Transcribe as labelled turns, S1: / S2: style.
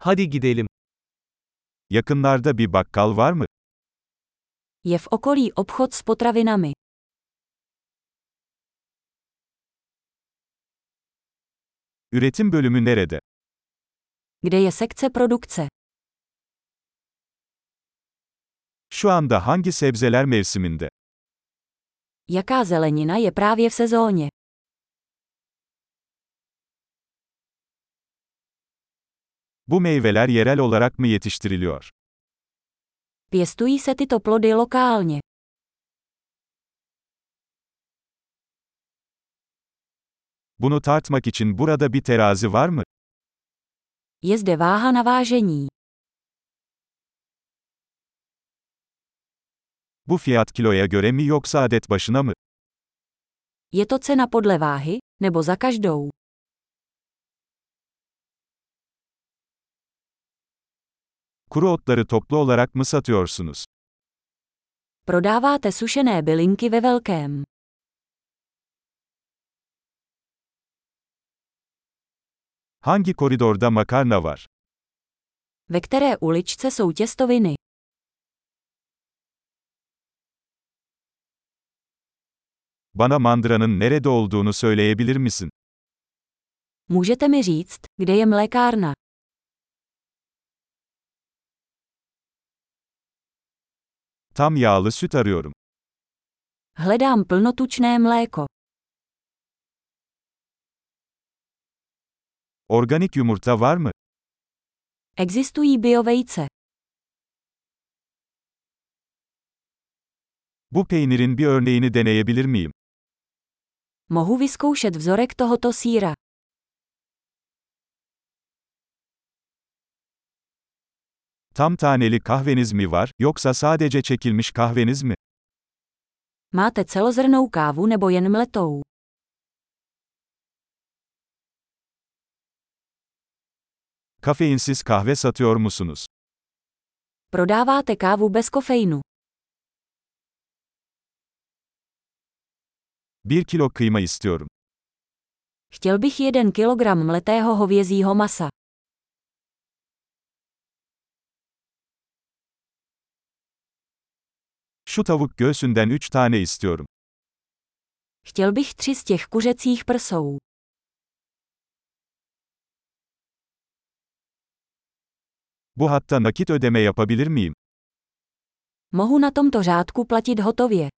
S1: Hadi gidelim. Yakınlarda bir bakkal var mı?
S2: Je v okolí obchod s potravinami.
S1: Üretim bölümü nerede?
S2: Kde je sekce produkce?
S1: Şu anda hangi sebzeler mevsiminde?
S2: Jaká zelenina je právě v sezóně?
S1: Bu meyveler yerel olarak mı yetiştiriliyor?
S2: Pěstují se tyto plody lokálně.
S1: Bunu tartmak için burada bir terazi var mı?
S2: Je zde váha na vážení.
S1: Bu fiyat kiloya göre mi yoksa adet başına mı?
S2: Je to cena podle váhy, nebo za každou.
S1: Kuru otları toplu olarak mı satıyorsunuz?
S2: Prodáváte sušené bylinky ve velkém.
S1: Hangi koridorda makarna var?
S2: Ve které uličce jsou těstoviny?
S1: Bana mandıranın nerede olduğunu söyleyebilir misin?
S2: Můžete mi říct, kde je mlékárna?
S1: Tam yağlı süt arıyorum.
S2: Hledám plnotučné mléko.
S1: Organik yumurta var mı?
S2: Existují biovejce.
S1: Bu peynirin bir örneğini deneyebilir miyim?
S2: Mohu vyzkoušet vzorek tohoto síra.
S1: Tam taneli kahveniz mi var yoksa sadece çekilmiş kahveniz mi?
S2: Máte celozrnou kávu nebo jen mletou?
S1: Kafeinsiz kahve satıyor musunuz?
S2: Prodáváte kávu bez kofeinu.
S1: 1 kilo kıyma istiyorum.
S2: Chtěl bych 1 kilogram mletého hovězího masa.
S1: Şu tavuk göğsünden 3 tane istiyorum.
S2: Chtěl bych tři z těch kuřecích prsou.
S1: Bu hatta nakit ödeme yapabilir miyim?
S2: Mohu na tomto řádku platit hotově.